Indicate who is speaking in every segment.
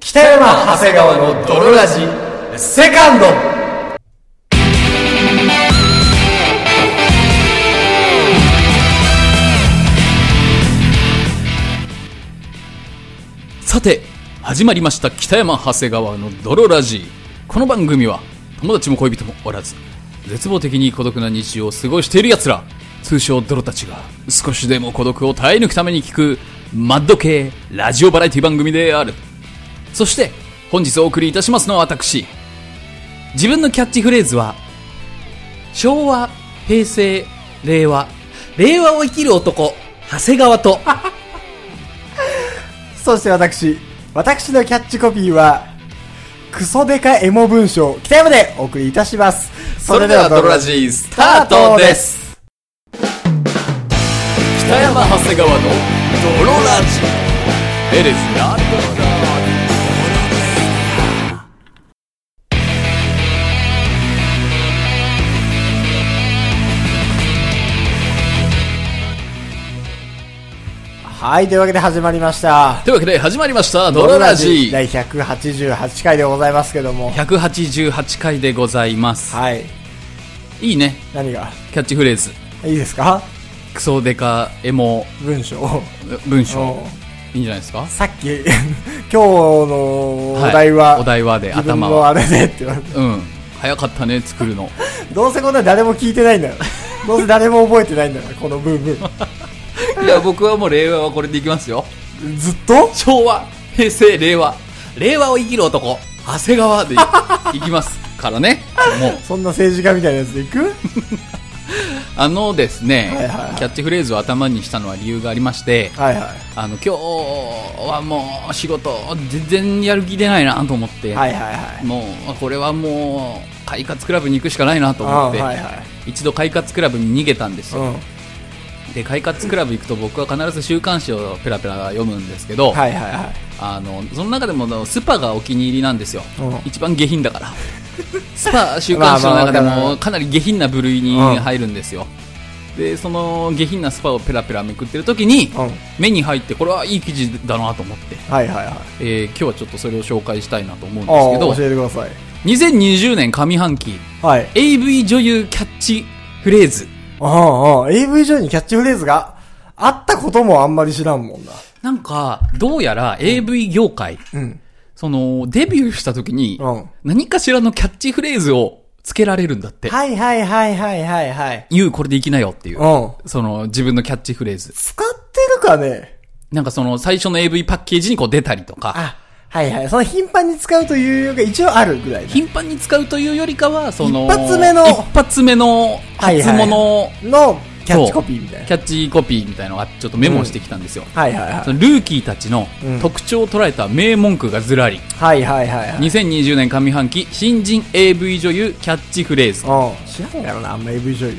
Speaker 1: 北山長谷川の泥ラジセカンド
Speaker 2: さて始まりました北山長谷川の泥ラジこの番組は友達も恋人もおらず絶望的に孤独な日常を過ごしている奴ら通称泥たちが少しでも孤独を耐え抜くために聞くマッド系ラジオバラエティ番組であるそして本日お送りいたしますのは私自分のキャッチフレーズは昭和平成令和令和を生きる男長谷川と
Speaker 1: そして私私のキャッチコピーはクソデカエモ文章北山でお送りいたします
Speaker 2: それではドロラジースタートです北山長谷川のドロラジエレスな
Speaker 1: はいというわけで始まりました
Speaker 2: というわけで始まりましたドロラジ
Speaker 1: 第188回でございますけども
Speaker 2: 188回でございます
Speaker 1: はい
Speaker 2: いいね
Speaker 1: 何が
Speaker 2: キャッチフレーズ
Speaker 1: いいですか
Speaker 2: クソデカエモ
Speaker 1: 文章
Speaker 2: 文章
Speaker 1: お
Speaker 2: いいんじゃないですか
Speaker 1: さっき 今日のお題は、
Speaker 2: いお題はで
Speaker 1: 自分
Speaker 2: 頭
Speaker 1: の
Speaker 2: は
Speaker 1: あれでって言われて
Speaker 2: うん早かったね作るの
Speaker 1: どうせこんなの誰も聞いてないんだよどうせ誰も覚えてないんだよこのブー
Speaker 2: いや僕はもう令和はこれでいきますよ
Speaker 1: ムずっと
Speaker 2: 昭和、平成、令和。令和を生きる男、長谷川でい いきますからね。もう、
Speaker 1: そんな政治家みたいなやつでいく
Speaker 2: あのですね、
Speaker 1: はいはいはい
Speaker 2: キャッチフレーズを頭にしたのは理由がありまして、
Speaker 1: はいは
Speaker 2: あの、今日はもう仕事全然やる気出ないなと思って、
Speaker 1: いはいはいはい
Speaker 2: もう、これはもう、快活クラブに行くしかないなと思って、
Speaker 1: うんはいはい
Speaker 2: 一度快活クラブに逃げたんです
Speaker 1: う
Speaker 2: よ。
Speaker 1: ん
Speaker 2: で、快活クラブ行くと僕は必ず週刊誌をペラペラ読むんですけど、
Speaker 1: はいはいはい
Speaker 2: あのその中でもスパがお気に入りなんですよ、
Speaker 1: うん
Speaker 2: 一番下品だから スパ週刊誌の中で
Speaker 1: まあまあわか
Speaker 2: も
Speaker 1: る
Speaker 2: かなり下品な部類に
Speaker 1: うん
Speaker 2: 入るんですよ、でその下品なスパをペラペラめくってる時に、
Speaker 1: うん
Speaker 2: 目に入ってこれはいい記事だなと思って、
Speaker 1: はいはいはい
Speaker 2: えー今日はちょっとそれを紹介したいなと思うん
Speaker 1: ああ
Speaker 2: で
Speaker 1: 教
Speaker 2: すけど
Speaker 1: えてください
Speaker 2: 2020年上半期
Speaker 1: はい
Speaker 2: AV 女優キャッチフレーズ
Speaker 1: うんうん AV 上にキャッチフレーズがあったこともあんまり知らんもんな
Speaker 2: なんかどうやら AV 業界、
Speaker 1: うん
Speaker 2: そのデビューした時に
Speaker 1: うん
Speaker 2: 何かしらのキャッチフレーズをつけられるんだって
Speaker 1: はいはいはいはいはいはい
Speaker 2: 言うこれでいきなよっていう。
Speaker 1: うん
Speaker 2: その自分のキャッチフレーズ。
Speaker 1: 使ってるかね
Speaker 2: なんかその最初の AV パッケージにこう出たりとか、
Speaker 1: あはいはいその頻繁に使うというよりか一応あるぐらいだ
Speaker 2: 頻繁に使うというよりかは、その、
Speaker 1: 一発目の
Speaker 2: 一発目の初物
Speaker 1: のキャッチコピーみたいな
Speaker 2: キャッチコピーみたいなのがちょっとメモしてきたんですよ。
Speaker 1: はいはいはい
Speaker 2: そのルーキーたちの
Speaker 1: うん
Speaker 2: 特徴を捉えた名文句がずらり。
Speaker 1: はいはいはいはい。
Speaker 2: 2020年上半期新人 AV 女優キャッチフレーズ。
Speaker 1: うん。知らんやろな、あんま AV 女優。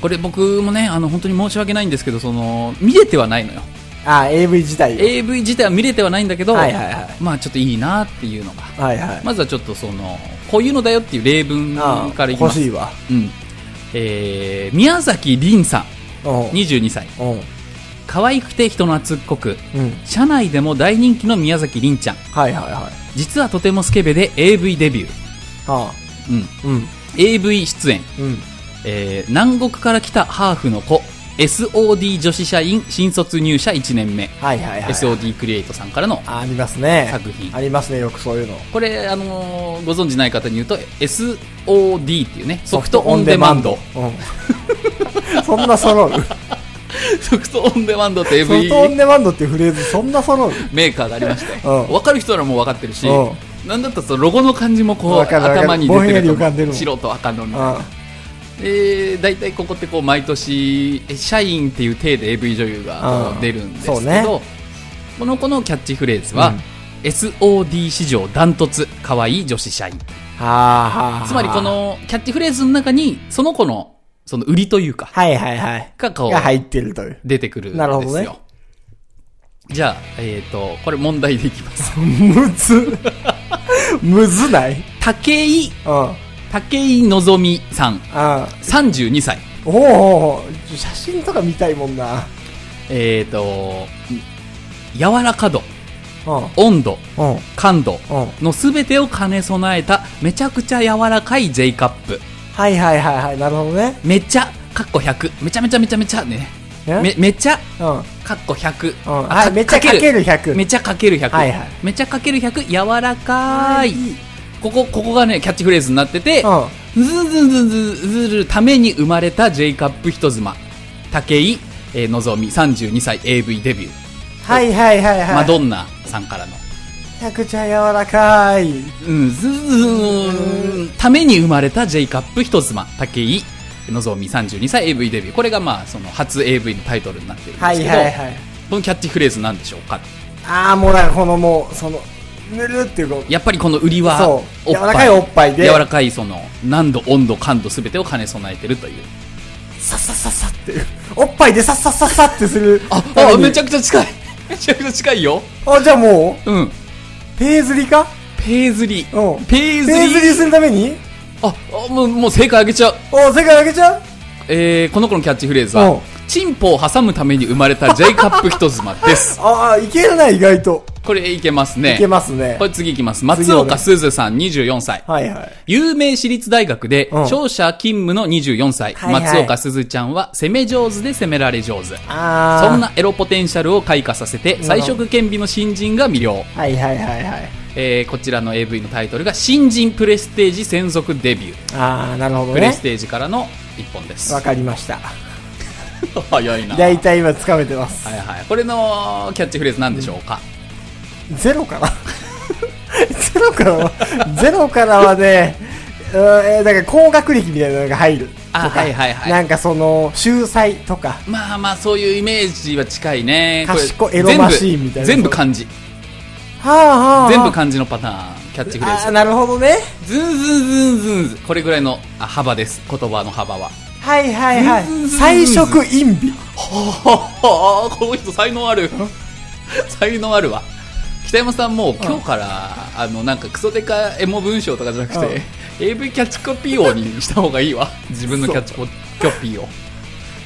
Speaker 2: これ僕もね、あの本当に申し訳ないんですけど、その、見れてはないのよ。
Speaker 1: あ、AV 自体。
Speaker 2: AV 自体は見れてはないんだけど、
Speaker 1: はいはいは
Speaker 2: まあちょっといいなっていうのが。
Speaker 1: い。はいはい。
Speaker 2: まずはちょっとその、こういうのだよっていう例文
Speaker 1: あ
Speaker 2: からいきま
Speaker 1: 欲
Speaker 2: す。
Speaker 1: しいわ。
Speaker 2: うん。えー、宮崎凛さ
Speaker 1: うん。
Speaker 2: ん、22歳。
Speaker 1: うん。
Speaker 2: 可愛くて人懐っこく。
Speaker 1: うん。
Speaker 2: 社内でも大人気の宮崎凛ちゃん。
Speaker 1: はいはいはい。
Speaker 2: 実はとてもスケベで AV デビュー。
Speaker 1: あ
Speaker 2: うん。
Speaker 1: うん。
Speaker 2: AV 出演。
Speaker 1: うん。
Speaker 2: えー、南国から来たハーフの子。SOD 女子社員新卒入社1年目。
Speaker 1: はいはいはい。
Speaker 2: SOD クリエイトさんからの。
Speaker 1: あありますね。
Speaker 2: 作品
Speaker 1: ありますね、よくそういうの。
Speaker 2: これ、あのーご存知ない方に言うと、SOD っていうね、ソフトオンデマンド。
Speaker 1: うん。 そんな 揃う。ソ
Speaker 2: ソフトオンデマンドって
Speaker 1: フトオン
Speaker 2: AV
Speaker 1: デマンドっていうフレーズ、そんな揃う。
Speaker 2: メーカーがありまして、
Speaker 1: うん
Speaker 2: 分かる人ならもう分かってるし、
Speaker 1: う
Speaker 2: なんだったらそのロゴの感じもこう
Speaker 1: わかるわかる
Speaker 2: 頭に出
Speaker 1: ぼん
Speaker 2: て
Speaker 1: や
Speaker 2: る
Speaker 1: り
Speaker 2: と
Speaker 1: 浮かんでるもん
Speaker 2: 白と赤のみたいな
Speaker 1: あ
Speaker 2: で大体ここってこう毎年え社員っていう体で AV 女優が
Speaker 1: うん
Speaker 2: 出るんですけど、
Speaker 1: そうね
Speaker 2: この子のキャッチフレーズは、
Speaker 1: うん
Speaker 2: SOD 史上ダントツ可愛い女子社員
Speaker 1: はあはあはあ。
Speaker 2: つまりこ。のキャッチフレーズの中にその子のその売りというか
Speaker 1: はいはいはい。
Speaker 2: がこう
Speaker 1: が入ってるという。
Speaker 2: 出てくるんですよ
Speaker 1: なるほどね
Speaker 2: じゃあ、えっとこれ問題でいきます
Speaker 1: むず。 むずないうん。
Speaker 2: 武井
Speaker 1: あ
Speaker 2: 武井のぞみさん
Speaker 1: あ。
Speaker 2: 32歳
Speaker 1: おうおうおう写真とか見たいもんな
Speaker 2: えっ、と柔らか度温度、
Speaker 1: うん。
Speaker 2: 感度
Speaker 1: う
Speaker 2: の全てを兼ね備えためちゃくちゃ柔らかい J カップ。
Speaker 1: はいはいはいはい。なるほどね。
Speaker 2: めちゃ、かっこ100。めちゃめちゃめちゃめちゃね。
Speaker 1: え
Speaker 2: め、めちゃ、
Speaker 1: うん。うん。
Speaker 2: かっこ100。
Speaker 1: はい。めっちゃかける100。
Speaker 2: めちゃかける100。
Speaker 1: はいはい
Speaker 2: めちゃかける100、柔らかい。ここ、ここがね、キャッチフレーズになってて、
Speaker 1: うん。
Speaker 2: ずずずずずずるために生まれた J カップ人妻武井、えーのぞみ32歳 AV デビュー、
Speaker 1: はいはいはいはい。
Speaker 2: マ
Speaker 1: め
Speaker 2: ドンナさんからの、
Speaker 1: ちゃくちゃ柔らかい。
Speaker 2: うん、ずずずずために生まれた J カップ人妻武井のぞみ32歳 AV デビューこれがまあその初 AV のタイトルになっているんで
Speaker 1: は
Speaker 2: す
Speaker 1: い
Speaker 2: けど、
Speaker 1: はいはい。
Speaker 2: このキャッチフレーズなんでしょうか
Speaker 1: ああ、もうだからこのもう、その、ぬるっていうこ
Speaker 2: やっぱりこの売りは
Speaker 1: そう
Speaker 2: おっぱ
Speaker 1: 柔らかいおっぱいで
Speaker 2: 柔らかいその何度温度感度全てを兼ね備えてるという
Speaker 1: う、さっさっさっさっていう。おっぱいでさっさっさっさってする。
Speaker 2: あ
Speaker 1: た
Speaker 2: あ
Speaker 1: めに
Speaker 2: めちゃくちゃ近いめちゃくちゃ近いよ
Speaker 1: あ、じゃあも
Speaker 2: うん
Speaker 1: う、ペーズリか
Speaker 2: ペーズリ
Speaker 1: うん
Speaker 2: ペーズ
Speaker 1: ペーズ
Speaker 2: リ
Speaker 1: リするために
Speaker 2: ああもうもう正解あげちゃう、
Speaker 1: お、世界あげちゃう
Speaker 2: えー、この子のキャッチフレーズ
Speaker 1: うん
Speaker 2: は「チンポを挟むために生まれた J カップ人妻」です
Speaker 1: ああ、いけるな、意外と。
Speaker 2: これいけます
Speaker 1: いけ
Speaker 2: ね
Speaker 1: ますね
Speaker 2: こ。れ次いきます松岡すずさん24歳
Speaker 1: はいはい。
Speaker 2: 有名私立大学で
Speaker 1: うん
Speaker 2: 商社勤務の24歳、
Speaker 1: はいはい
Speaker 2: 松岡すずちゃんは攻め上手で攻められ上手
Speaker 1: ああ。
Speaker 2: そん。なエロポテンシャルを開花させて
Speaker 1: なる
Speaker 2: 才
Speaker 1: ほど
Speaker 2: 色兼備の新人が魅了
Speaker 1: はいはいはいはい。
Speaker 2: えーこちらの AV のタイトルが新人プレステージ専属デビュー、
Speaker 1: ああ、なるほど
Speaker 2: プレ
Speaker 1: ね
Speaker 2: ス。テージからの一本です
Speaker 1: わかりました。
Speaker 2: 早いな
Speaker 1: だいたい今掴めてます。
Speaker 2: はいはいこれのキャッチフレーズなんでしょうか、
Speaker 1: ゼロかなゼロからは、ゼロからはね、うんえー、だから高学歴みたいなのが入るとか。
Speaker 2: あはいはいはい
Speaker 1: なんかその、秀才とか。
Speaker 2: まあまあそういうイメージは近いねこれ
Speaker 1: 賢いエロマシーンみたいな
Speaker 2: 全部全部漢字
Speaker 1: はあはあはあ。
Speaker 2: 全部漢字のパターンキャッチフレ
Speaker 1: あ
Speaker 2: ー
Speaker 1: あ、
Speaker 2: ズ
Speaker 1: なるほどね。
Speaker 2: ズンズンズンズンズンこれぐらいのあ幅です言葉の幅は
Speaker 1: はいはいは
Speaker 2: うんうんうんうん
Speaker 1: い。彩色陰美。
Speaker 2: はあこの人才能ある才能あるわ北山さんもう今日から、あのなんかクソデカエモ文章とかじゃなくて、
Speaker 1: うん
Speaker 2: AV キャッチコピー王にした方がいいわ自分のキャッチコピーを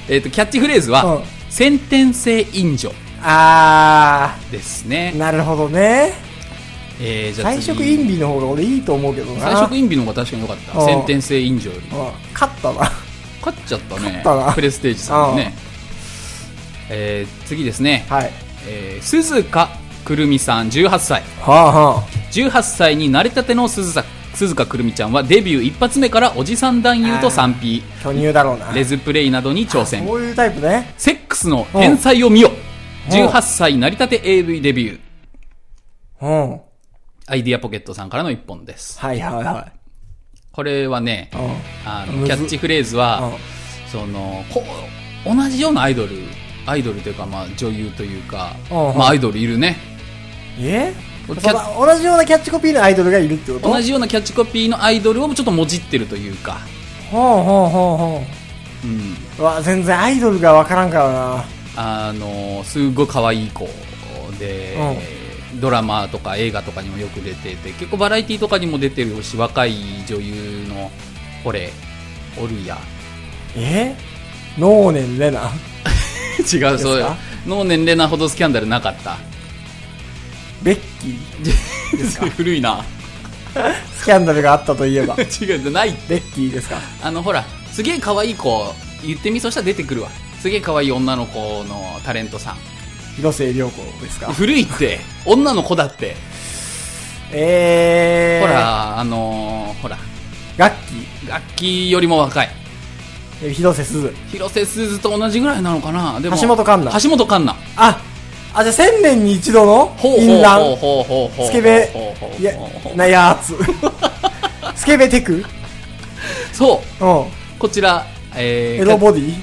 Speaker 2: えっとキャッチフレーズは、
Speaker 1: うん
Speaker 2: 先天性淫女
Speaker 1: あ
Speaker 2: ですね
Speaker 1: あ、なるほどね。
Speaker 2: えー、じゃあ
Speaker 1: 彩
Speaker 2: 次
Speaker 1: 色陰美の方が俺いいと思うけどな。
Speaker 2: 彩色陰美の方が確かに良かった
Speaker 1: うん
Speaker 2: 先天性淫女より
Speaker 1: うん勝ったな。
Speaker 2: 勝っちゃったね
Speaker 1: 勝ったな
Speaker 2: プレステージさんにね、えー、次ですね、
Speaker 1: はい。
Speaker 2: えー、鈴鹿くるみさん18歳
Speaker 1: はあは
Speaker 2: 18歳に慣れたての鈴鹿鈴鹿くるみちゃんはデビュー一発目からおじさん男優と 3P
Speaker 1: あ。巨乳だろうな。
Speaker 2: レズプレイなどに挑戦
Speaker 1: そういうタイプね。
Speaker 2: セックスの天才を見よ
Speaker 1: うん
Speaker 2: 18歳なりたて AV デビュー
Speaker 1: うん。は
Speaker 2: アイディアポケットさんからの一本です
Speaker 1: いはいは
Speaker 2: これはね
Speaker 1: い。うん。
Speaker 2: あ
Speaker 1: む
Speaker 2: の
Speaker 1: ず
Speaker 2: キャッチフレーズ
Speaker 1: う
Speaker 2: は
Speaker 1: ん
Speaker 2: そのこう同じようなアイドルアイドルというかまあ女優というか
Speaker 1: うんうん
Speaker 2: まあアイドルいるね
Speaker 1: え
Speaker 2: キャッ
Speaker 1: その同じようなキャッチコピーのアイドルがいるってこと
Speaker 2: 同じようなキャッチコピーのアイドルをちょっともじってるというか
Speaker 1: ほうほうほうほ
Speaker 2: うん
Speaker 1: ううわ全然アイドルがわからんからな
Speaker 2: あのすごい可愛い子で、ドラマとか映画とかにもよく出てて結構バラエティとかにも出てるし若い女優のこれおる や
Speaker 1: え能年レナ
Speaker 2: 違うそうよ能年齢なほどスキャンダルなかった
Speaker 1: ベッキ ー
Speaker 2: 古いな
Speaker 1: スキャンダルがあったといえ ば
Speaker 2: 違うない
Speaker 1: ベッキーですか
Speaker 2: あのほらすげえ可愛い子言ってみそしたら出てくるわすげえ可愛い女の子のタレントさん
Speaker 1: 広末涼子ですか
Speaker 2: 古いって女の子だって
Speaker 1: えー、
Speaker 2: ほらあのほら
Speaker 1: ガッ
Speaker 2: 楽器よりも若い
Speaker 1: キー広瀬すず
Speaker 2: 広瀬すずと同じぐらいなのかなでも
Speaker 1: 橋本環奈
Speaker 2: 橋本環奈
Speaker 1: ああじゃあ千年に一度の
Speaker 2: ほう
Speaker 1: 淫
Speaker 2: ほう
Speaker 1: 乱
Speaker 2: ほうほうほうほう
Speaker 1: スケベ
Speaker 2: ほうほうほうほう
Speaker 1: いやなやつ スケベテクうん
Speaker 2: そうこちらえー
Speaker 1: エロボディ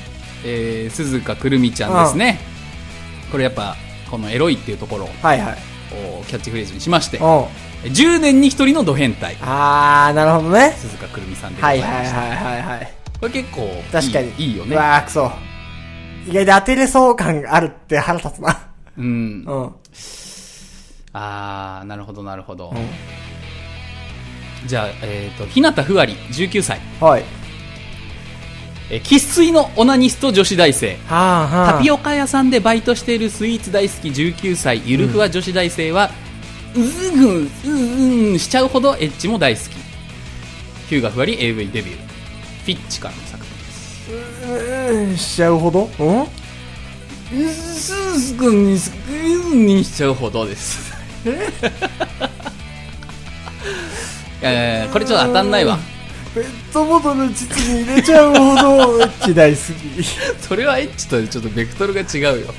Speaker 2: えー鈴鹿くるみちゃんですねこれやっぱこのエロいっていうところを
Speaker 1: はいはい
Speaker 2: キャッチフレーズにしまして
Speaker 1: うん
Speaker 2: 10年に1人のド変態
Speaker 1: あー、なるほどね。
Speaker 2: 鈴鹿くるみさんでござ
Speaker 1: はいい
Speaker 2: ました、
Speaker 1: はいはいはいはい。
Speaker 2: これ結構いい
Speaker 1: 確かに。
Speaker 2: いいよね
Speaker 1: うわー、くそ。意外と当てれそう感があるって腹立つな。
Speaker 2: うん
Speaker 1: うん。
Speaker 2: ああなるほどなるほど、
Speaker 1: うん。
Speaker 2: じゃあえっ、と日向ふわり19歳
Speaker 1: はい。
Speaker 2: えー生粋のオナニスト女子大生
Speaker 1: はあは
Speaker 2: タピ
Speaker 1: オ
Speaker 2: オカ屋さんでバイトしているスイーツ大好き19歳ゆるふわ女子大生は、うずぐん、うずうんしちゃうほどエッジも大好き。ヒューがふわり AV デビュー。フィッチからの作品です。
Speaker 1: うんしちゃうほどうん
Speaker 2: うずすぐんにすぐんにしちゃうほどです。 えー、これちょっと当たんないわ。
Speaker 1: ペットボトル膣に入れちゃうほ ど嫌いすぎ
Speaker 2: それはエッチとちょっとベクトルが違うよ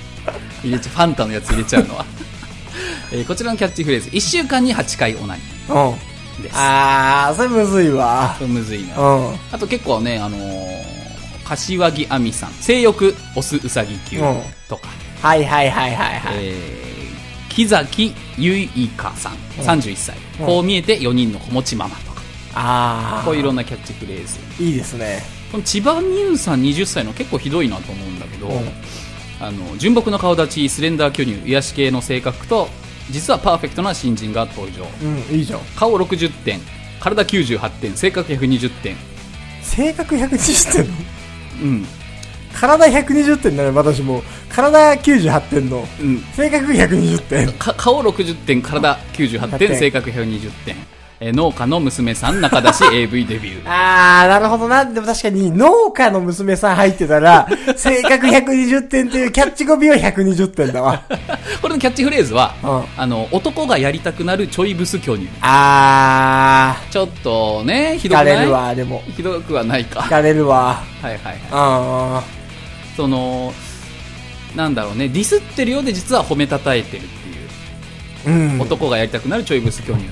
Speaker 2: 入れちゃファンタのやつ入れちゃうのは、 えーこちらのキャッチフレーズ1週間に8回オナニ
Speaker 1: うん
Speaker 2: ーです
Speaker 1: あーそれむずいわ
Speaker 2: むずいなあ
Speaker 1: うん
Speaker 2: と結構ねあのー柏木亜美さん性欲オスウサギ級
Speaker 1: うん
Speaker 2: とか、
Speaker 1: はいはいはいはいはい、
Speaker 2: えー木崎ゆいかさん31歳、
Speaker 1: うん
Speaker 2: こう見えて4人の子持ちママとか
Speaker 1: ああ
Speaker 2: こういろんなキャッチフレーズ
Speaker 1: いいですね
Speaker 2: この千葉美優さん20歳の結構ひどいなと思うんだけど、
Speaker 1: うん
Speaker 2: あの純朴な顔立ちスレンダー巨乳癒し系の性格と実はパーフェクトな新人が登場
Speaker 1: うんいいじゃん
Speaker 2: 顔60点体98点性格120点
Speaker 1: 性格120点の
Speaker 2: うん、
Speaker 1: 体120点なのよ私も体98点の
Speaker 2: うん、
Speaker 1: 性格120点
Speaker 2: か顔60点体98
Speaker 1: 100
Speaker 2: 点
Speaker 1: 点
Speaker 2: 性格120点、えー農家の娘さん中出し AV デビュー
Speaker 1: あー、なるほどな。でも確かに、農家の娘さん入ってた ら、性格120点というキャッチコピーは120点だわ。
Speaker 2: これのキャッチフレーズは、
Speaker 1: う
Speaker 2: あの男がやりたくなるちょいブス巨乳
Speaker 1: あ
Speaker 2: ちょっとねひ
Speaker 1: ー、
Speaker 2: どくな
Speaker 1: 疲れる
Speaker 2: い
Speaker 1: わ、でも。
Speaker 2: ひどくはないかは
Speaker 1: 疲れるわ。
Speaker 2: いはいはい
Speaker 1: あ
Speaker 2: そのなんだろうねディスってるようで実は褒めたたえてるっていう、
Speaker 1: ー、うん。
Speaker 2: 男がやりたくなるちょいブス巨乳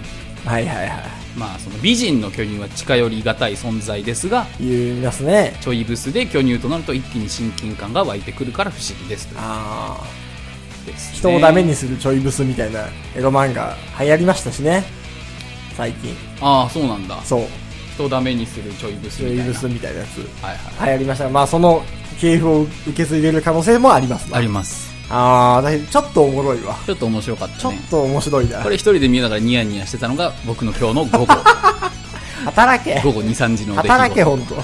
Speaker 1: はいはいは
Speaker 2: まあその美人の巨乳は近寄りがたい存在ですが
Speaker 1: い。言いますね。
Speaker 2: ちょいブスで巨乳となると一気に親近感が湧いてくるから不思議ですというこ
Speaker 1: あ
Speaker 2: とですね、
Speaker 1: ー、人をダメにするちょいブスみたいなエロ漫画流行りましたしね。最近。
Speaker 2: ああそうなんだ
Speaker 1: そう。
Speaker 2: 人をダメにするちょいブス
Speaker 1: ちょ
Speaker 2: みたい
Speaker 1: い
Speaker 2: な
Speaker 1: ブスみたいなやつ。流
Speaker 2: はいはい
Speaker 1: 行りました。まあ、その系譜を受け継いでる可能性もありますね
Speaker 2: あります
Speaker 1: あー、だけどちょっとおもろいわ。
Speaker 2: ちょっと面白かったね
Speaker 1: ちょっと面白いな
Speaker 2: こ。れ一人で見ながらニヤニヤしてたのが僕の今日の 午後
Speaker 1: 働け。
Speaker 2: 午後23時の出
Speaker 1: 働け、
Speaker 2: 来
Speaker 1: ほ
Speaker 2: 事
Speaker 1: んと。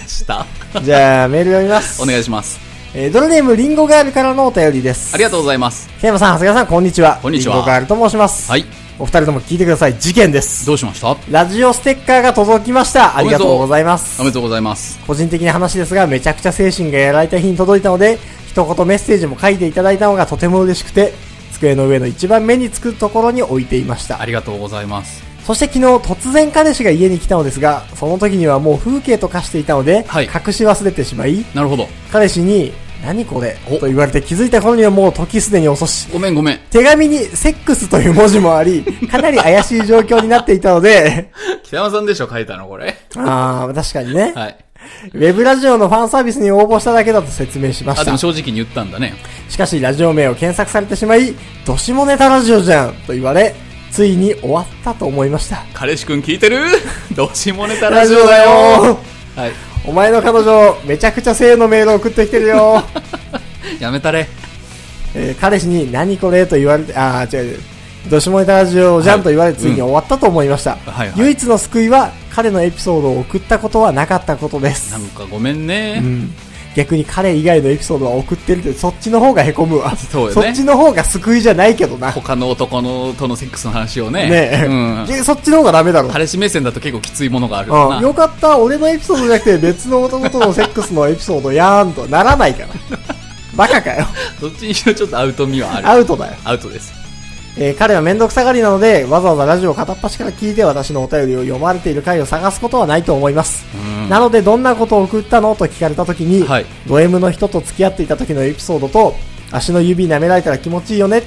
Speaker 2: でした
Speaker 1: じゃあ、メール読みま す。
Speaker 2: お願いします
Speaker 1: えードルネーム、リンゴガールからのお便りです。
Speaker 2: ありが
Speaker 1: と
Speaker 2: とうございます
Speaker 1: う。テーマさん、長谷川さん、こんにちは。
Speaker 2: こんにちは
Speaker 1: リンゴガールと申します。
Speaker 2: はい
Speaker 1: お二人とも聞いてください。事件です。
Speaker 2: どうしました
Speaker 1: ラジオステッカーが届きました。ありがとうございます
Speaker 2: おめ。でとうございます。
Speaker 1: 個人的な話ですが、めちゃくちゃ精神がやられた日に届いたので、一言メッセージも書いていただいたのがとても嬉しくて、机の上の一番目につくところに置いていました
Speaker 2: あ。りがとうございます。
Speaker 1: そして昨日突然彼氏が家に来たのですが、その時にはもう風景と化していたので、
Speaker 2: はい
Speaker 1: 隠し忘れてしまい、
Speaker 2: なるほど。
Speaker 1: 彼氏に、何これ
Speaker 2: お
Speaker 1: と言われて気づいた頃にはもう時すでに遅し、
Speaker 2: ごめんごめん。
Speaker 1: 手紙にセックスという文字も あり、かなり怪しい状況になっていたので、
Speaker 2: 北山さんでしょ書いたのこれ。
Speaker 1: あー、確かにね、
Speaker 2: はい。
Speaker 1: ウェブラジオのファンサービスに応募しただけだと説明しま
Speaker 2: あ、
Speaker 1: し
Speaker 2: でも
Speaker 1: た。
Speaker 2: 正直に言ったんだね。
Speaker 1: しかしラジオ名を検索されてしまい、どしもネタラジオじゃんと言われ、ついに終わったと思いました。
Speaker 2: 彼氏くん聞いて るどっちもネタラジオだよはい。
Speaker 1: お前の彼女、めちゃくちゃ性のメール送ってきて るよ。
Speaker 2: やめたれ。
Speaker 1: えー彼氏に何これと言われて、あー違う違う、どしもネタラジオじゃんと言われて、
Speaker 2: はい
Speaker 1: ついに終わったと思いました。
Speaker 2: はいはい
Speaker 1: 唯一の救いは、彼のエピソードを送ったことはなかったことです
Speaker 2: な。んかごめん
Speaker 1: う
Speaker 2: ね。
Speaker 1: ん逆に彼以外のエピソードは送ってるって、そっちの方が凹むわ。
Speaker 2: そうよね
Speaker 1: っちの方が救いじゃないけどな。ね
Speaker 2: 他の男のとのセックスの話をね。
Speaker 1: え、
Speaker 2: うん。
Speaker 1: でそっちの方がダメだろ。
Speaker 2: 彼氏目線だと結構きついものがある
Speaker 1: うん、
Speaker 2: な
Speaker 1: よ。かった、俺のエピソードじゃなくて別の男とのセックスのエピソードやーんとなら ないから。バカかよ。
Speaker 2: どっちにしろちょっとアウト味はある。
Speaker 1: アウトだよ。
Speaker 2: アウトです。
Speaker 1: えー彼は面倒くさがりなので、わざわざラジオを片っ端から聞いて私のお便りを読まれている回を探すことはないと思います。
Speaker 2: うん
Speaker 1: なので、どんなことを送ったのと聞かれた時に、
Speaker 2: はい
Speaker 1: ド M の人と付き合っていた時のエピソードと、足の指舐められたら気持ちいいよねっ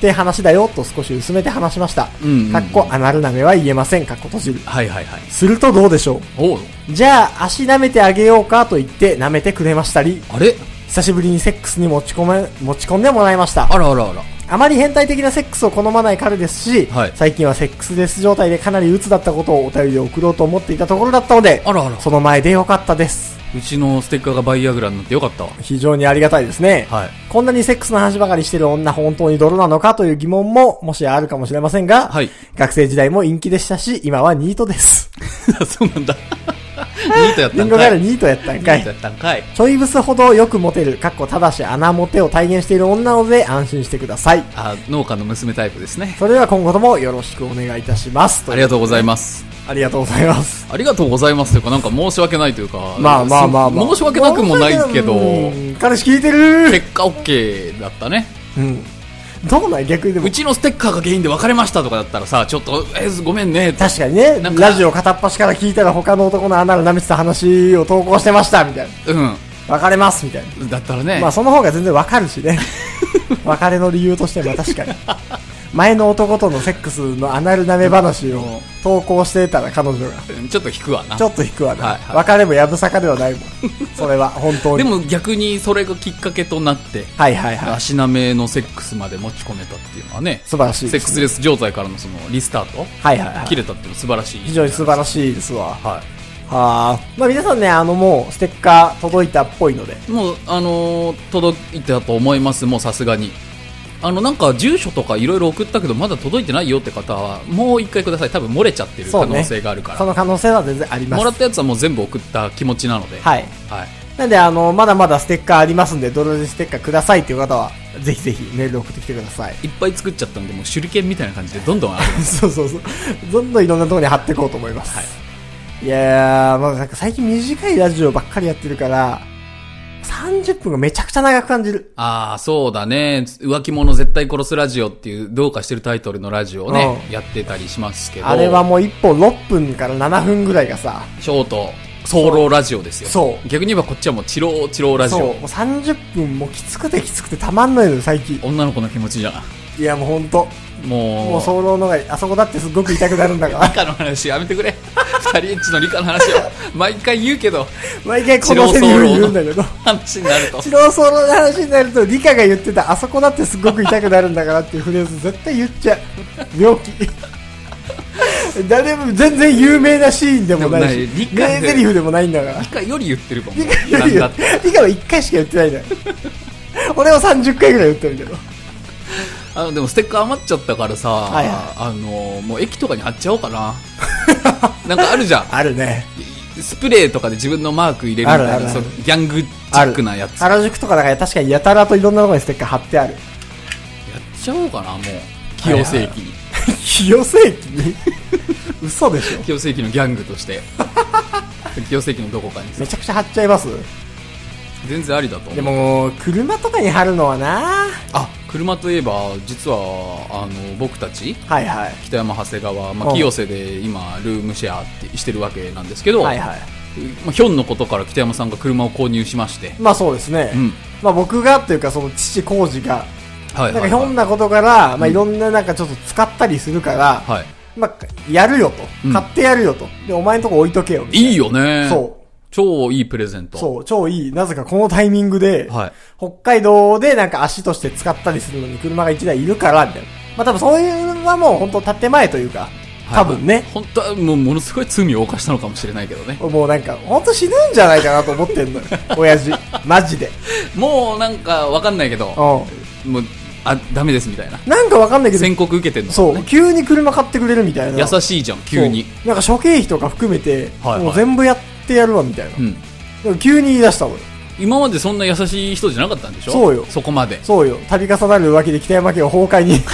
Speaker 1: て話だよと少し薄めて話しました。
Speaker 2: うんうんうん
Speaker 1: かっこアナル舐めは言えません。かっこ閉じる。
Speaker 2: はいはいはい。
Speaker 1: するとどうでしょ
Speaker 2: おう
Speaker 1: うじゃあ、足舐めてあげようかと言って舐めてくれましたり、
Speaker 2: あれ
Speaker 1: 久しぶりにセックスに持ち込め、持ち込んでもらいました。
Speaker 2: あらあらあら。
Speaker 1: あまり変態的なセックスを好まない彼ですし、
Speaker 2: はい
Speaker 1: 最近はセックスレス状態でかなり鬱だったことをお便りで送ろうと思っていたところだったので、
Speaker 2: あらあら。
Speaker 1: その前でよかったです。
Speaker 2: うちのステッカーがバイアグラになってよかったわ。
Speaker 1: 非常にありがたいですね。
Speaker 2: はい。
Speaker 1: こんなにセックスの話ばかりしてる女本当に泥なのかという疑問ももしあるかもしれませんが、
Speaker 2: はい。
Speaker 1: 学生時代も陰気でしたし、今はニートです。
Speaker 2: そうなんだ。 ニートやっ
Speaker 1: リ
Speaker 2: た
Speaker 1: ン
Speaker 2: ん
Speaker 1: ゴ
Speaker 2: か
Speaker 1: ガール
Speaker 2: い。
Speaker 1: ニートやったん
Speaker 2: ニ
Speaker 1: か
Speaker 2: ート
Speaker 1: い
Speaker 2: や。ったんかい。
Speaker 1: ちょいブスほどよくモテる、かっこただし穴モテを体現している女なので安心してください。
Speaker 2: あ、農家の娘タイプですね。
Speaker 1: それでは今後ともよろしくお願いいたします。
Speaker 2: ありが
Speaker 1: と
Speaker 2: とうございます。
Speaker 1: う。ありがとうございます。
Speaker 2: ありがとうございますというか、なんか申し訳ないというか、
Speaker 1: まあまあまあまあ。
Speaker 2: 申し訳なくもないけど、
Speaker 1: うん彼氏聞いてる
Speaker 2: 結果 OK だったね。
Speaker 1: うん。どうなん逆にでも
Speaker 2: う。ちのステッカーが原因で別れましたとかだったらさ、ちょっと、えーごめんね。
Speaker 1: 確かにね
Speaker 2: なん、か
Speaker 1: ラジオ片っ端から聞いたら他の男のアナル舐めてた話を投稿してました、みたいな。
Speaker 2: う
Speaker 1: 別れます、みたいな。
Speaker 2: ん。だったらね。
Speaker 1: まあその方が全然わかるしね。 別れの理由としては確かに。前の男とのセックスのアナル舐め話を投稿してたら彼女が。
Speaker 2: うんちょっと引くわな
Speaker 1: ち。ょっと引くわな、
Speaker 2: はいはい
Speaker 1: 別れもやぶさかではないもん。それは、本当
Speaker 2: で
Speaker 1: に。
Speaker 2: も逆にそれがきっかけとなって、
Speaker 1: はいはいはい。
Speaker 2: 足なめのセックスまで持ち込めたっていうのはね、
Speaker 1: 素晴らしい
Speaker 2: セ
Speaker 1: ですね
Speaker 2: ックスレス状態からのそのリスタート、
Speaker 1: はいはいはい
Speaker 2: 切れたっていうのは素晴らしい。
Speaker 1: 非常に素晴らしいですわ。は
Speaker 2: は
Speaker 1: あ。まあ皆さんね、あのもうステッカー届いたっぽいので。
Speaker 2: い。もう、あのー届いたと思います、もうさすがに。あの、なんか、住所とかいろいろ送ったけど、まだ届いてないよって方は、もう一回ください。多分漏れちゃってる
Speaker 1: そ
Speaker 2: 可
Speaker 1: うね
Speaker 2: 能性があるから。
Speaker 1: その可能性は全然あります。
Speaker 2: もらったやつはもう全部送った気持ちなので。
Speaker 1: はい。
Speaker 2: はい。
Speaker 1: なんで、あの、まだまだステッカーありますんで、ドロジステッカーくださいっていう方は、ぜひぜひメール送ってきてください。
Speaker 2: い っぱい作っちゃったんで、もう手裏剣みたいな感じでどんどんある。
Speaker 1: そうそうそう。どんどんいろんなところに貼っていこうと思います。。
Speaker 2: はい
Speaker 1: やー、まあなんか最近短いラジオばっかりやってるから、30分がめちゃくちゃ長く感じる。
Speaker 2: ああ、そうだね。浮気者絶対殺すラジオっていう、どうかしてるタイトルのラジオをね、
Speaker 1: う
Speaker 2: やってたりしますけど。
Speaker 1: あれはもう1本6分から7分ぐらいがさ、
Speaker 2: ショート、ソロラジオですよ。
Speaker 1: そう
Speaker 2: 逆に言えばこっちはもう、チローチローラジ
Speaker 1: そう、も
Speaker 2: オ
Speaker 1: う。30分もうきつくてきつくてたまんないのよ、最近。
Speaker 2: 女の子の気持ちじゃん。
Speaker 1: いやもうほんと。
Speaker 2: もう、
Speaker 1: もう早漏のがいいあそこだってすっごく痛くなるんだか
Speaker 2: 理
Speaker 1: ら。
Speaker 2: 科の話やめてくれ。二人エッチの理科の話を、毎回言うけど、
Speaker 1: 毎回このセリフ言うん だけど。
Speaker 2: 話になると。
Speaker 1: チローソロの話になると、リカが言ってた、あそこだってすごく痛くなるんだからっていうフレーズ絶対言っちゃう。病気。 誰も、全然有名なシーンでもないし、
Speaker 2: でもないリカ
Speaker 1: 名台詞でもないんだから。
Speaker 2: 理科より言ってるかも。
Speaker 1: リカ
Speaker 2: なんだって
Speaker 1: リカは1回しか言ってないんだよ。俺は30回ぐらい言ってるけど。
Speaker 2: あの、でもステッカー余っちゃったからさ、
Speaker 1: はいはい
Speaker 2: あの、もう駅とかに貼っちゃおうかな。なんかあるじゃん。
Speaker 1: あるね。
Speaker 2: スプレーとかで自分のマーク入れるみた
Speaker 1: あ
Speaker 2: いな、
Speaker 1: るある
Speaker 2: そうギャングチ
Speaker 1: あ
Speaker 2: ッ
Speaker 1: る。
Speaker 2: クなやつ。やっ
Speaker 1: 原宿とかだから確かにやたらといろんなところにステッカー貼ってあ る。
Speaker 2: ちゃおうかな、もう。清世紀に。
Speaker 1: 清世紀 に嘘でしょ。
Speaker 2: 清世紀のギャングとして。 清世紀のどこかにさ
Speaker 1: めちゃくちゃ貼っちゃいます
Speaker 2: 全然ありだと
Speaker 1: で
Speaker 2: 思う。
Speaker 1: も、車とかに貼るのはな
Speaker 2: あ、車といえば、実は、あの、僕たち、
Speaker 1: はいはい。
Speaker 2: 北山長谷川、ま
Speaker 1: う
Speaker 2: あ、
Speaker 1: ん
Speaker 2: 清瀬で今、ルームシェアってしてるわけなんですけど、
Speaker 1: はいはい。
Speaker 2: まあ、ひょんのことから北山さんが車を購入しまして、
Speaker 1: まあそうですね。
Speaker 2: うん
Speaker 1: まあ僕がっていうかその父浩二が、
Speaker 2: は
Speaker 1: ないんか
Speaker 2: はい
Speaker 1: ひょ
Speaker 2: は
Speaker 1: ん
Speaker 2: い。
Speaker 1: なことから、まあいろんななんかちょっと使ったりするから、
Speaker 2: はい
Speaker 1: まあやるよと、
Speaker 2: うん
Speaker 1: 買ってやるよと。で、お前んとこ置いとけよみたいな。
Speaker 2: いいよね。
Speaker 1: そう。
Speaker 2: 超いいプレゼント。
Speaker 1: そう、超いい。なぜかこのタイミングで、
Speaker 2: はい
Speaker 1: 北海道でなんか足として使ったりするのに車が1台いるから、みたいな。まあ多分そういうのはもう本当建前というか、
Speaker 2: はい
Speaker 1: 多分ね。
Speaker 2: 本当はもうものすごい罪を犯したのかもしれないけどね。
Speaker 1: もうなんか、本当死ぬんじゃないかなと思って んのよ。親父。マジで。
Speaker 2: もうなんかわかんないけど、
Speaker 1: う
Speaker 2: もう、あ、ダメですみたいな。
Speaker 1: ん。なんかわかんないけど、
Speaker 2: 宣告受けてんの、ね。
Speaker 1: そう、急に車買ってくれるみたいな。
Speaker 2: 優しいじゃん、急に。
Speaker 1: そう。なんか諸経費とか含めて、
Speaker 2: はいはい
Speaker 1: もう全部やってやるわみたいな。
Speaker 2: うん。
Speaker 1: でも急に言い出したのよ。
Speaker 2: 今までそんな優しい人じゃなかったんでしょ
Speaker 1: そうよ
Speaker 2: そこまで。
Speaker 1: そうよ。度重なるわけで北山家を崩壊に、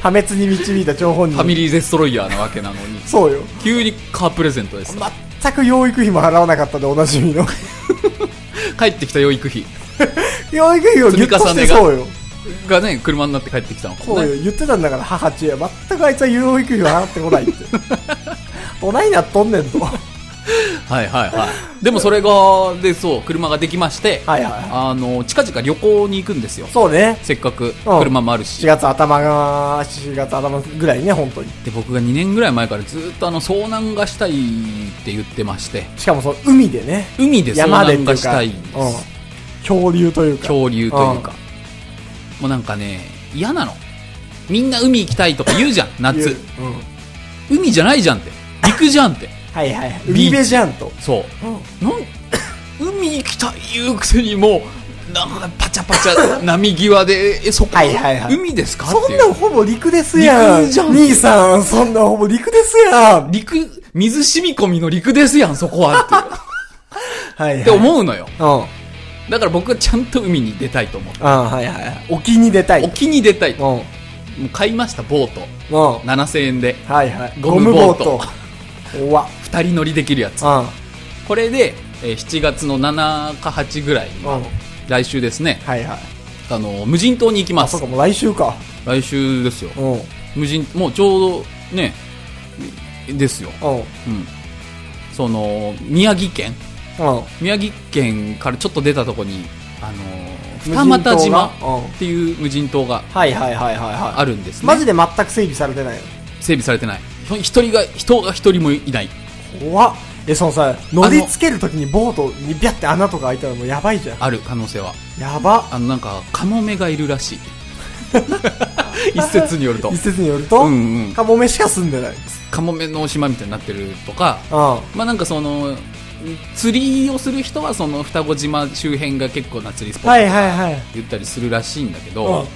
Speaker 1: 破滅に導いた張本
Speaker 2: ファ
Speaker 1: 人。
Speaker 2: ミリーデストロイヤーなわけなのに。
Speaker 1: そうよ。
Speaker 2: 急にカープレゼントですよ。
Speaker 1: 全く養育費も払わなかったでおなじみ の。
Speaker 2: 帰ってきた養育費
Speaker 1: 養育費をギュッとし
Speaker 2: 積
Speaker 1: て
Speaker 2: み重ねが
Speaker 1: そうよ。
Speaker 2: がね、車になって帰ってきたのかも
Speaker 1: そう
Speaker 2: ね。
Speaker 1: よ。言ってたんだから母知恵。全くあいつは養育費を払ってこな いって。どないなっとんねんと。は
Speaker 2: はいはいはい。でもそれが、で、そう、車ができまして、
Speaker 1: いは
Speaker 2: あの、近々旅行に行くんですよ
Speaker 1: い。。そうね。
Speaker 2: せっかく車もあるし
Speaker 1: 4。月頭が、4月頭ぐらいね、本当に。
Speaker 2: で僕が2年ぐらい前からずっとあの遭難がしたいって言ってまして
Speaker 1: しかもその海でね。
Speaker 2: 海で遭
Speaker 1: 山でっ
Speaker 2: 難
Speaker 1: てい
Speaker 2: が
Speaker 1: う
Speaker 2: した
Speaker 1: か、
Speaker 2: いんです、
Speaker 1: うん恐竜というか。
Speaker 2: 恐竜というか、もうなんかね嫌なのみんな海行きたいとか言うじゃん
Speaker 1: 竜。
Speaker 2: 夏
Speaker 1: うん。
Speaker 2: 海じゃないじゃんって陸じゃんって
Speaker 1: はいはい。
Speaker 2: ビーチ
Speaker 1: 海辺じゃんと。
Speaker 2: そう
Speaker 1: う
Speaker 2: なん海行きたい言うくせにもうなんかパチャパチ ャ波際でえそこ、
Speaker 1: はいはいはい
Speaker 2: 海ですかっ
Speaker 1: そ
Speaker 2: て
Speaker 1: ん
Speaker 2: い
Speaker 1: なん
Speaker 2: う
Speaker 1: ほぼ陸ですやん。
Speaker 2: 陸じゃん
Speaker 1: 兄さん、そんなんほぼ陸ですやん。
Speaker 2: 陸水染み込みの陸ですやんそこはっていう
Speaker 1: はいはい。
Speaker 2: って思うのよ。
Speaker 1: うん。あ
Speaker 2: だから僕はちゃんと海に出たいと思う。
Speaker 1: あ、はいはいはい。沖に出たい。うん。
Speaker 2: 沖に出たい。も
Speaker 1: うん。
Speaker 2: う買いました、ボート。
Speaker 1: は
Speaker 2: 7000円で。
Speaker 1: いはい。
Speaker 2: ゴムボート
Speaker 1: ゴムボート。うわ。
Speaker 2: 2人乗りできるやつ。
Speaker 1: う
Speaker 2: これで、えー7月の7か8ぐらいに、
Speaker 1: ん。うん。
Speaker 2: 来週ですね、
Speaker 1: はいはい。
Speaker 2: あの、無人島に行きま
Speaker 1: あ、
Speaker 2: す
Speaker 1: そっ。か、もう来週か。
Speaker 2: 来週ですよ。
Speaker 1: うん。うん。
Speaker 2: 無人、もうちょうど、ね、ですよ。
Speaker 1: うん。
Speaker 2: うん。その、宮城県
Speaker 1: うん。
Speaker 2: 宮城県からちょっと出たとこに、あのー二俣島
Speaker 1: 無人島がうん
Speaker 2: っていう無人島が
Speaker 1: はいはいはいはいは
Speaker 2: あるんです
Speaker 1: い。
Speaker 2: ね
Speaker 1: マ。ジで全く整備されてないの。
Speaker 2: 整備されてない。ひ一人が、人が一人もいない。
Speaker 1: 怖っ。え、そのさ、乗りつけるときにボートにビャって穴とか開いたらもうやばいじゃん。
Speaker 2: ある可能性は。
Speaker 1: やば。
Speaker 2: あの、なんか、カモメがいるら しい。一説によると
Speaker 1: 一。説によると、
Speaker 2: うんうん
Speaker 1: カモメしか住んでない。
Speaker 2: カモメの島みたいになってるとか、
Speaker 1: うん。
Speaker 2: まあなんかその、釣りをする人はその双子島周辺が結構な釣りスポット
Speaker 1: はいはいはい。
Speaker 2: 言ったりするらしいんだけ
Speaker 1: う
Speaker 2: ど、
Speaker 1: ん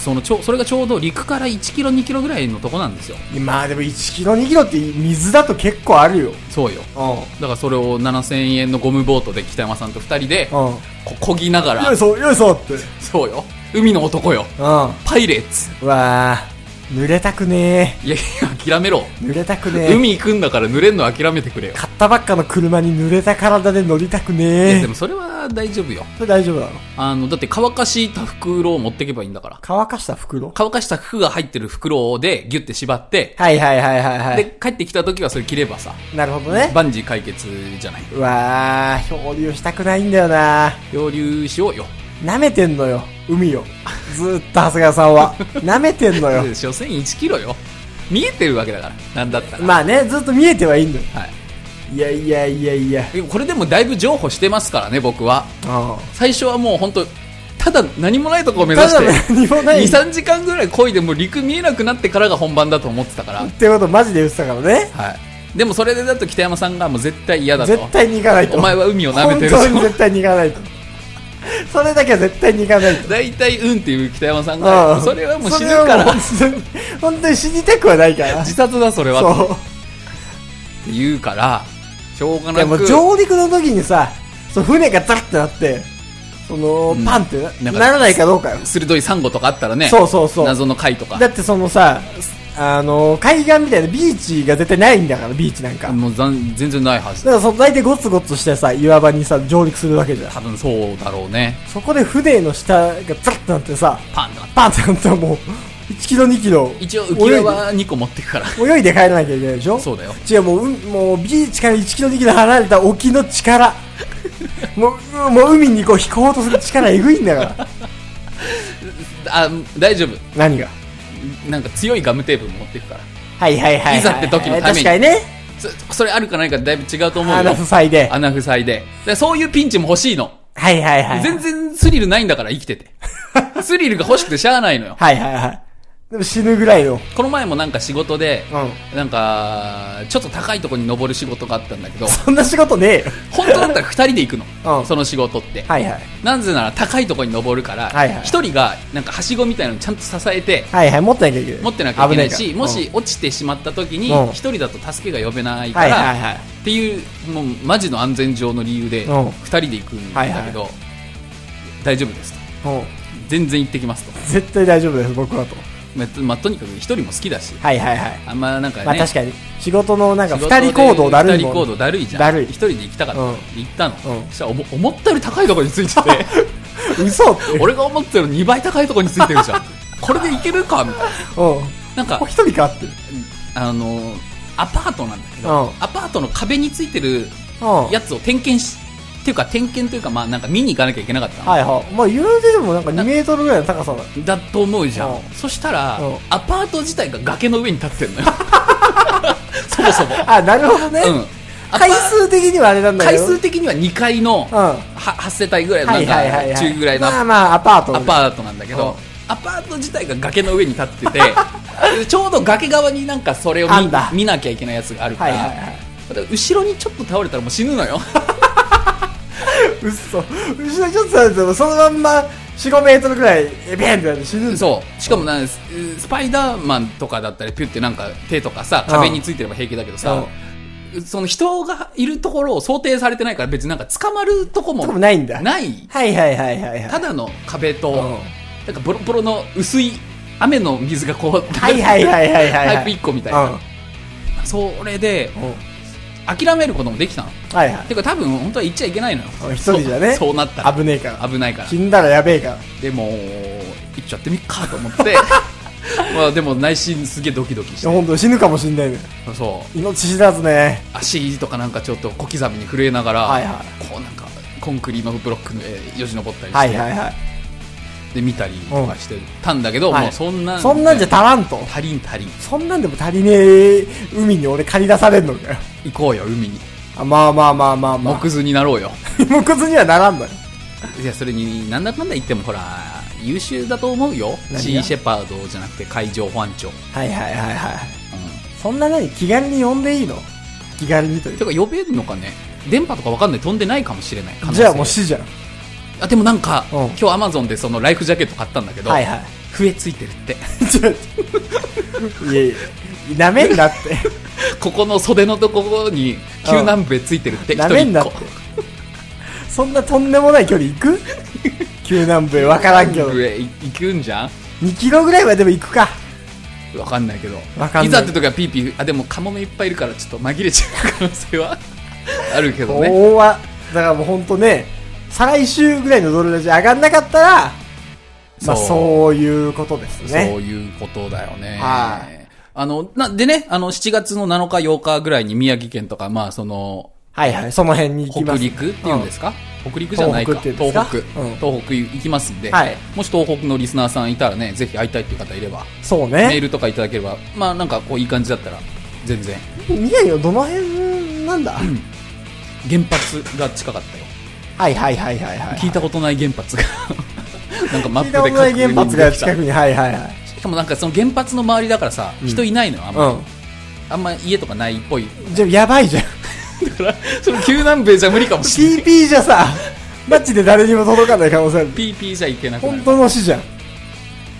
Speaker 2: そのちょそれがちょうど陸から1キロ2キロぐらいのとこなんですよ
Speaker 1: まあでも1キロ2キロって水だと結構あるよ。
Speaker 2: そうよ
Speaker 1: うん。
Speaker 2: だからそれを7000円のゴムボートで北山さんと2人で
Speaker 1: うん。
Speaker 2: ここぎなが
Speaker 1: よ
Speaker 2: ら
Speaker 1: いそう、よいそうって。うん。
Speaker 2: そうよ海の男よ
Speaker 1: うわ
Speaker 2: パイレーツ
Speaker 1: あ濡れたくね
Speaker 2: いやい や諦めろ
Speaker 1: え。濡れたくねえ。
Speaker 2: 海行くんだから濡れんの諦めてくれよ
Speaker 1: 買ったばっかの車に濡れた体で乗りたく
Speaker 2: いや
Speaker 1: ね
Speaker 2: で
Speaker 1: え。
Speaker 2: もそれは大丈夫よ
Speaker 1: それ大丈夫なの
Speaker 2: あのだって乾かした袋を持ってけばいいんだから
Speaker 1: 乾かした袋
Speaker 2: 乾かした服が入ってる袋でギュッて縛って、
Speaker 1: はいはいはいはいは
Speaker 2: で帰ってきた時はそれ着ればさ
Speaker 1: い。なるほどね。
Speaker 2: 万事解決じゃないう
Speaker 1: わあ漂流したくないんだよな
Speaker 2: 漂流しようよ
Speaker 1: 舐めてんのよ。海を。ずーっと長谷川さ んは。舐めてんのよ。
Speaker 2: 所詮1キロよ見えてるわけだからなんだったら、
Speaker 1: まあね、ずっと見えてはいいんだよ。
Speaker 2: はい、
Speaker 1: いやいやいやいや。
Speaker 2: でもこれでもだいぶ譲歩してますからね僕は
Speaker 1: うん。
Speaker 2: 最初はもう本当ただ何もないとこを目指して
Speaker 1: ただ何もない
Speaker 2: 23時間ぐらい漕いでもう陸見えなくなってからが本番だと思ってたから、
Speaker 1: ってことマジで言ってたからね。
Speaker 2: はい、でもそれでだと北山さんがもう絶対嫌だと
Speaker 1: 絶対に行かないと。
Speaker 2: お前は海を舐めてるぞ
Speaker 1: 本当に絶対に行かないと。それだけは絶対に行かないと。
Speaker 2: 大体うんっていう北山さんが
Speaker 1: ん
Speaker 2: それはもう死ぬから
Speaker 1: それはもう本当に本当に死にたくはないから。
Speaker 2: 自殺だそれはっ
Speaker 1: そ
Speaker 2: て言うからしょうが
Speaker 1: う。いや
Speaker 2: な
Speaker 1: もう
Speaker 2: く
Speaker 1: 上陸の時にさ、その船がザッてなって、その、
Speaker 2: うん
Speaker 1: パンってな
Speaker 2: なんか
Speaker 1: ならないかどうかよ。
Speaker 2: 鋭いサンゴとかあったらね
Speaker 1: そうそうそう。
Speaker 2: 謎の貝とか
Speaker 1: だってそのさ、あの、海岸みたいなビーチが絶対ないんだから、ビーチなんか。だ
Speaker 2: もうざん全然ないはず
Speaker 1: からその大体ゴツゴツしてさ、岩場にさ、上陸するわけじゃん。
Speaker 2: 多分そうだろうね
Speaker 1: そこで船の下がザッてなってさ、
Speaker 2: パンだ
Speaker 1: パンってなったらもう、1キロ2キロ。
Speaker 2: 一応浮き輪は2個持ってくから
Speaker 1: 泳いで。泳いで帰らなきゃいけないでしょ
Speaker 2: そうだよ
Speaker 1: 違う、もう、うんもうビーチから1キロ2キロ離れた沖 の力。もううん、もう海にこう引こうとする力えぐいんだ から。
Speaker 2: あ大丈夫
Speaker 1: 何が
Speaker 2: なんか強いガムテープも持ってくから
Speaker 1: はいはいはいはい。
Speaker 2: いざって時のために
Speaker 1: 確かにね。
Speaker 2: そそれあるかないかだいぶ違うと思うよ
Speaker 1: 穴塞いで。はい
Speaker 2: 穴塞いででそういうピンチも欲しいの
Speaker 1: はいはい。
Speaker 2: 全。然スリルないんだから生きて てスリルが欲しくてしゃあないのよ
Speaker 1: はいはいはい。でも死ぬぐらいの。
Speaker 2: この前もなんか仕事で、
Speaker 1: うん。
Speaker 2: なんかちょっと高いところに登る仕事があったんだけ ど
Speaker 1: そんな仕事ねえよ。
Speaker 2: 本当だったら2人で行くの、
Speaker 1: うん
Speaker 2: その仕事って、
Speaker 1: はいはい。
Speaker 2: なぜなら高いところに登るから、
Speaker 1: はいはい
Speaker 2: 1人がなんかはしごみたいなのちゃんと支えて
Speaker 1: はいはい、持ってなきゃいけない。
Speaker 2: 持ってなきゃいけないし
Speaker 1: 危から
Speaker 2: もし、落ちてしまった時に
Speaker 1: うん
Speaker 2: 1人だと助けが呼べない
Speaker 1: うん
Speaker 2: か
Speaker 1: はい
Speaker 2: ら、
Speaker 1: はいはい。
Speaker 2: っていうもうマジの安全上の理由で
Speaker 1: うん
Speaker 2: 2人で行くんだけど、大丈夫ですと
Speaker 1: うん。
Speaker 2: 全然行ってきますと
Speaker 1: 絶対大丈夫です、僕はと。
Speaker 2: まあまあとにかく1人も好きだし
Speaker 1: はいはいはい。
Speaker 2: あんまなんかね、
Speaker 1: まあ確かに。仕事のなんか
Speaker 2: 仕事
Speaker 1: 二
Speaker 2: で
Speaker 1: 人行動だるい
Speaker 2: 二人
Speaker 1: もん。
Speaker 2: 行動だるいじゃん
Speaker 1: だるい
Speaker 2: 一人で行きたかった、
Speaker 1: うん
Speaker 2: 行ったの、
Speaker 1: うん
Speaker 2: そしたらおも思ったより高いところについてて
Speaker 1: 嘘って。
Speaker 2: 俺が思ったより2倍高いところについてるじゃんこれで行けるかみたいな
Speaker 1: うん。
Speaker 2: なんか
Speaker 1: ここ一人変わってる。
Speaker 2: あのアパートなんだけど、
Speaker 1: うん
Speaker 2: アパートの壁についてる
Speaker 1: うん。
Speaker 2: やつを点検しっていうか点検というかまあなんか見に行かなきゃいけなかったの、
Speaker 1: はいはい。まあ言うてでもなんか2メートルぐらいの高さだ。
Speaker 2: だと思うじゃん、
Speaker 1: うん
Speaker 2: そしたら、
Speaker 1: うん
Speaker 2: アパート自体が崖の上に立ってるのよ そもそも、
Speaker 1: あ、なるほどね。
Speaker 2: うん、アパ
Speaker 1: 回数的にはあれなんだけ
Speaker 2: 回
Speaker 1: ど。
Speaker 2: 数的には2階の
Speaker 1: うん。は
Speaker 2: は8世帯ぐらい
Speaker 1: い
Speaker 2: の
Speaker 1: は
Speaker 2: なん
Speaker 1: い
Speaker 2: か
Speaker 1: はいはい。
Speaker 2: 中ぐらいの
Speaker 1: まあまあ、アパート。
Speaker 2: アパートなんだけど、アパート自体が崖の上に立って てでちょうど崖側になんかそれを
Speaker 1: あ
Speaker 2: 見
Speaker 1: んだ
Speaker 2: 見なきゃいけないやつがあるか
Speaker 1: は
Speaker 2: ら、
Speaker 1: いはいはい。
Speaker 2: だから後ろにちょっと倒れたらもう死ぬのよ
Speaker 1: 嘘。後ろにちょっとなんですよそのまんま4、5メートルぐらい、えべんってなって死ぬんだ。
Speaker 2: そうしかもなんススパイダーマンとかだったらピュってなんか手とかさ壁についてれば平気だけどさ、
Speaker 1: うん
Speaker 2: その人がいるところを想定されてないから別になんか捕まるとこも
Speaker 1: 多分ないんだ
Speaker 2: ない
Speaker 1: はいはいはいはいはい
Speaker 2: ただの壁と、
Speaker 1: ん
Speaker 2: なんかボロボロの薄い雨の水がこう、
Speaker 1: はいはいはいはいはいはい
Speaker 2: パイプ1個みたいな、それで
Speaker 1: うんうん
Speaker 2: 諦めることもできたの
Speaker 1: はいはい
Speaker 2: てか多分本当は言っちゃいけないのよ
Speaker 1: うん一人じゃね
Speaker 2: そうそうなったら
Speaker 1: 危ねえから
Speaker 2: 危ないから
Speaker 1: 死んだらやべえから
Speaker 2: でも行っちゃってみっかと思って まあでも内心すげえドキドキし
Speaker 1: 本当死ぬかもしんないね
Speaker 2: てそう
Speaker 1: 命知らずね
Speaker 2: 足とかなんかちょっと小刻みに震えながら、
Speaker 1: はいは
Speaker 2: こうなんかコンクリのブロックの上よじ登ったりして、
Speaker 1: はいはいはい
Speaker 2: で見たりとかしてたんだけど、
Speaker 1: はい
Speaker 2: もうそんなん
Speaker 1: そんなんじゃ足らんと
Speaker 2: 足りん足りん
Speaker 1: そんなんでも足りねえ海に俺借り出されんのかよ
Speaker 2: 行こうよ海に
Speaker 1: あまあまあまあまあまあ
Speaker 2: 木図になろうよ、
Speaker 1: 無骨にはならんのよ
Speaker 2: いやそれになんだかんだ言ってもほら優秀だと思うよ
Speaker 1: 何が
Speaker 2: シーシェパードじゃなくて海上保安庁、
Speaker 1: はいはいはいはい
Speaker 2: うん
Speaker 1: そんな何気軽に呼んでいいの気軽にという
Speaker 2: て
Speaker 1: か
Speaker 2: か呼べんのかね電波とかわかんない飛んでないかもしれない可能性
Speaker 1: じゃあもう死 じゃん
Speaker 2: あでもなんか、
Speaker 1: うん
Speaker 2: 今日アマゾンでそのライフジャケット買ったんだけど、
Speaker 1: はいはい
Speaker 2: 笛ついてるって
Speaker 1: ちょっといやいやなめんなって
Speaker 2: ここの袖のところに救難笛ついてるって一
Speaker 1: な
Speaker 2: 人
Speaker 1: めん
Speaker 2: 一
Speaker 1: なって
Speaker 2: 個
Speaker 1: そんなとんでもない距離行く救難部わからんけど
Speaker 2: 笛い行くんじゃん
Speaker 1: 2キロぐらいはでも行くか
Speaker 2: わかんないけど
Speaker 1: わかんない
Speaker 2: ざって時はピーピーあでもカモメいっぱいいるからちょっと紛れちゃう可能性はあるけどね
Speaker 1: 大はだからもう本当ね再来週ぐらいのドルラジ上がんなかったらまあ
Speaker 2: そう
Speaker 1: そういうことです
Speaker 2: そう
Speaker 1: ね
Speaker 2: いうことだよね。
Speaker 1: はい
Speaker 2: あの、な、でね、あの、7月の7日、8日ぐらいに宮城県とか、まあ、その、
Speaker 1: はいはいその辺に行き
Speaker 2: 北
Speaker 1: ます
Speaker 2: 陸っていうんですか、北陸じゃないか。
Speaker 1: 東北っていうんですか
Speaker 2: 東北、
Speaker 1: うん
Speaker 2: 東北行きますんで、
Speaker 1: はい
Speaker 2: もし東北のリスナーさんいたらね、ぜひ会いたいっていう方いれば、
Speaker 1: そう
Speaker 2: メー
Speaker 1: ね
Speaker 2: ルとかいただければ、まあ、なんかこう、いい感じだったら、全然。
Speaker 1: 宮城のどの辺なんだ、
Speaker 2: 原発が近かったよ。
Speaker 1: はいはいはいはいはい
Speaker 2: 聞いたことない原発 が。なんかマッ
Speaker 1: 聞いた
Speaker 2: プ
Speaker 1: こ
Speaker 2: で
Speaker 1: とな
Speaker 2: 確
Speaker 1: い原
Speaker 2: 認
Speaker 1: 発
Speaker 2: で
Speaker 1: が
Speaker 2: きた
Speaker 1: 近くにはいはいはい
Speaker 2: しかもなんかその原発の周りだからさ、
Speaker 1: うん
Speaker 2: 人いないのよ、あんまり、
Speaker 1: う
Speaker 2: あんま家とかないっぽい
Speaker 1: んじゃあやばいじゃん
Speaker 2: からその救難兵じゃ無理かもしれない
Speaker 1: PP じゃさ マッチで誰にも届かない可能性ある
Speaker 2: PP じゃいけなくな
Speaker 1: 本
Speaker 2: る
Speaker 1: 当の死じゃん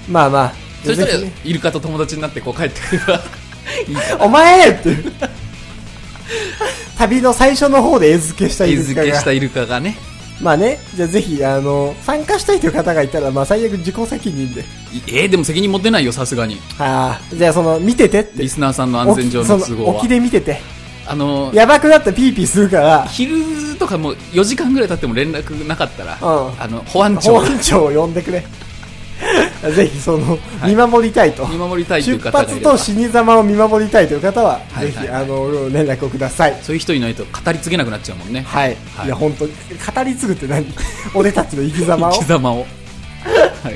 Speaker 1: まあまあ
Speaker 2: そしたら
Speaker 1: ぜ
Speaker 2: イルカと友達になってこう帰ってくればいいか
Speaker 1: ひお前っていう旅の最初の方で絵付けしたい
Speaker 2: 餌
Speaker 1: ですか
Speaker 2: 付け
Speaker 1: ら
Speaker 2: したイルカがね
Speaker 1: まあねじゃあぜひあの参加したいという方がいたらまあ最悪自己責任で
Speaker 2: いえー、でも責任持てないよさすがに
Speaker 1: ああじゃあその見ててって
Speaker 2: リスナーさんの安全上の都合
Speaker 1: 沖
Speaker 2: は
Speaker 1: 沖で見てて
Speaker 2: あの
Speaker 1: やばくなったらピーピーするから
Speaker 2: 昼とかも4時間ぐらい経っても連絡なかったら、
Speaker 1: うん
Speaker 2: あの保安
Speaker 1: 保
Speaker 2: 庁
Speaker 1: 安庁を呼んでくれ ぜひその、
Speaker 2: い
Speaker 1: 見守りたいと
Speaker 2: 見守りたいとい
Speaker 1: 出
Speaker 2: う方がい
Speaker 1: 発
Speaker 2: れば
Speaker 1: と死に様を見守りたいという方は、
Speaker 2: はいはい
Speaker 1: ぜひあの連絡をください。
Speaker 2: そういう人いないと語り継げなくなっちゃうもんね
Speaker 1: はい、
Speaker 2: はい
Speaker 1: い、や本当に語り継ぐって何 俺たちの生き様を
Speaker 2: 生き様をはい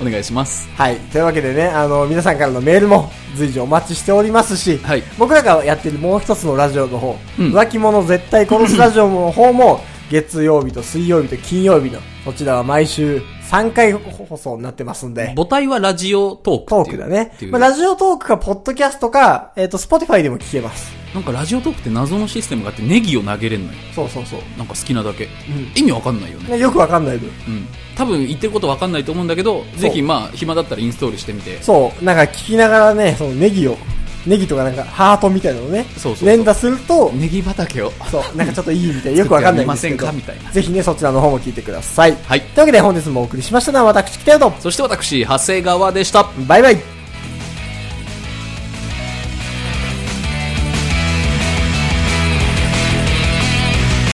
Speaker 2: お願いします
Speaker 1: はいというわけでねあの皆さんからのメールも随時お待ちしておりますし、
Speaker 2: はい
Speaker 1: 僕らがやっているもう一つのラジオの方、
Speaker 2: うん
Speaker 1: 浮気者絶対殺すラジオの方も月曜日と水曜日と金曜日のこちらは毎週3回放送になってますんで
Speaker 2: 母体はラジオト
Speaker 1: ト
Speaker 2: ークって
Speaker 1: ー
Speaker 2: い
Speaker 1: ク
Speaker 2: う
Speaker 1: だね
Speaker 2: ってい。う
Speaker 1: まあ、ラジオトークか、ポッドキャストか、えっ、と、スポティファイでも聞けます。
Speaker 2: なんかラジオトークって謎のシステムがあってネギを投げれんのよ
Speaker 1: そうそうそう。
Speaker 2: なんか好きなだけ、
Speaker 1: ん
Speaker 2: 意味わかんないよね、
Speaker 1: ね、よくわかんない分。
Speaker 2: うん、多分言ってることわかんないと思うんだけど
Speaker 1: う
Speaker 2: ぜひまあ暇だったらインストールしてみて
Speaker 1: そう、なんか聞きながらね、そのネギを、ネギとかなんかハートみたいなのをね、
Speaker 2: そうそうそう
Speaker 1: 連打すると、
Speaker 2: ネギ畑を
Speaker 1: そう、なんかちょっといいみたいな、よくわかんないんですけど
Speaker 2: 作ってはみませんかみたいな
Speaker 1: ぜひね、そちらの方も聞いてください。
Speaker 2: はい
Speaker 1: というわけで本日もお送りしましたのは私、北野と、
Speaker 2: そして私長谷川でした
Speaker 1: バイバイ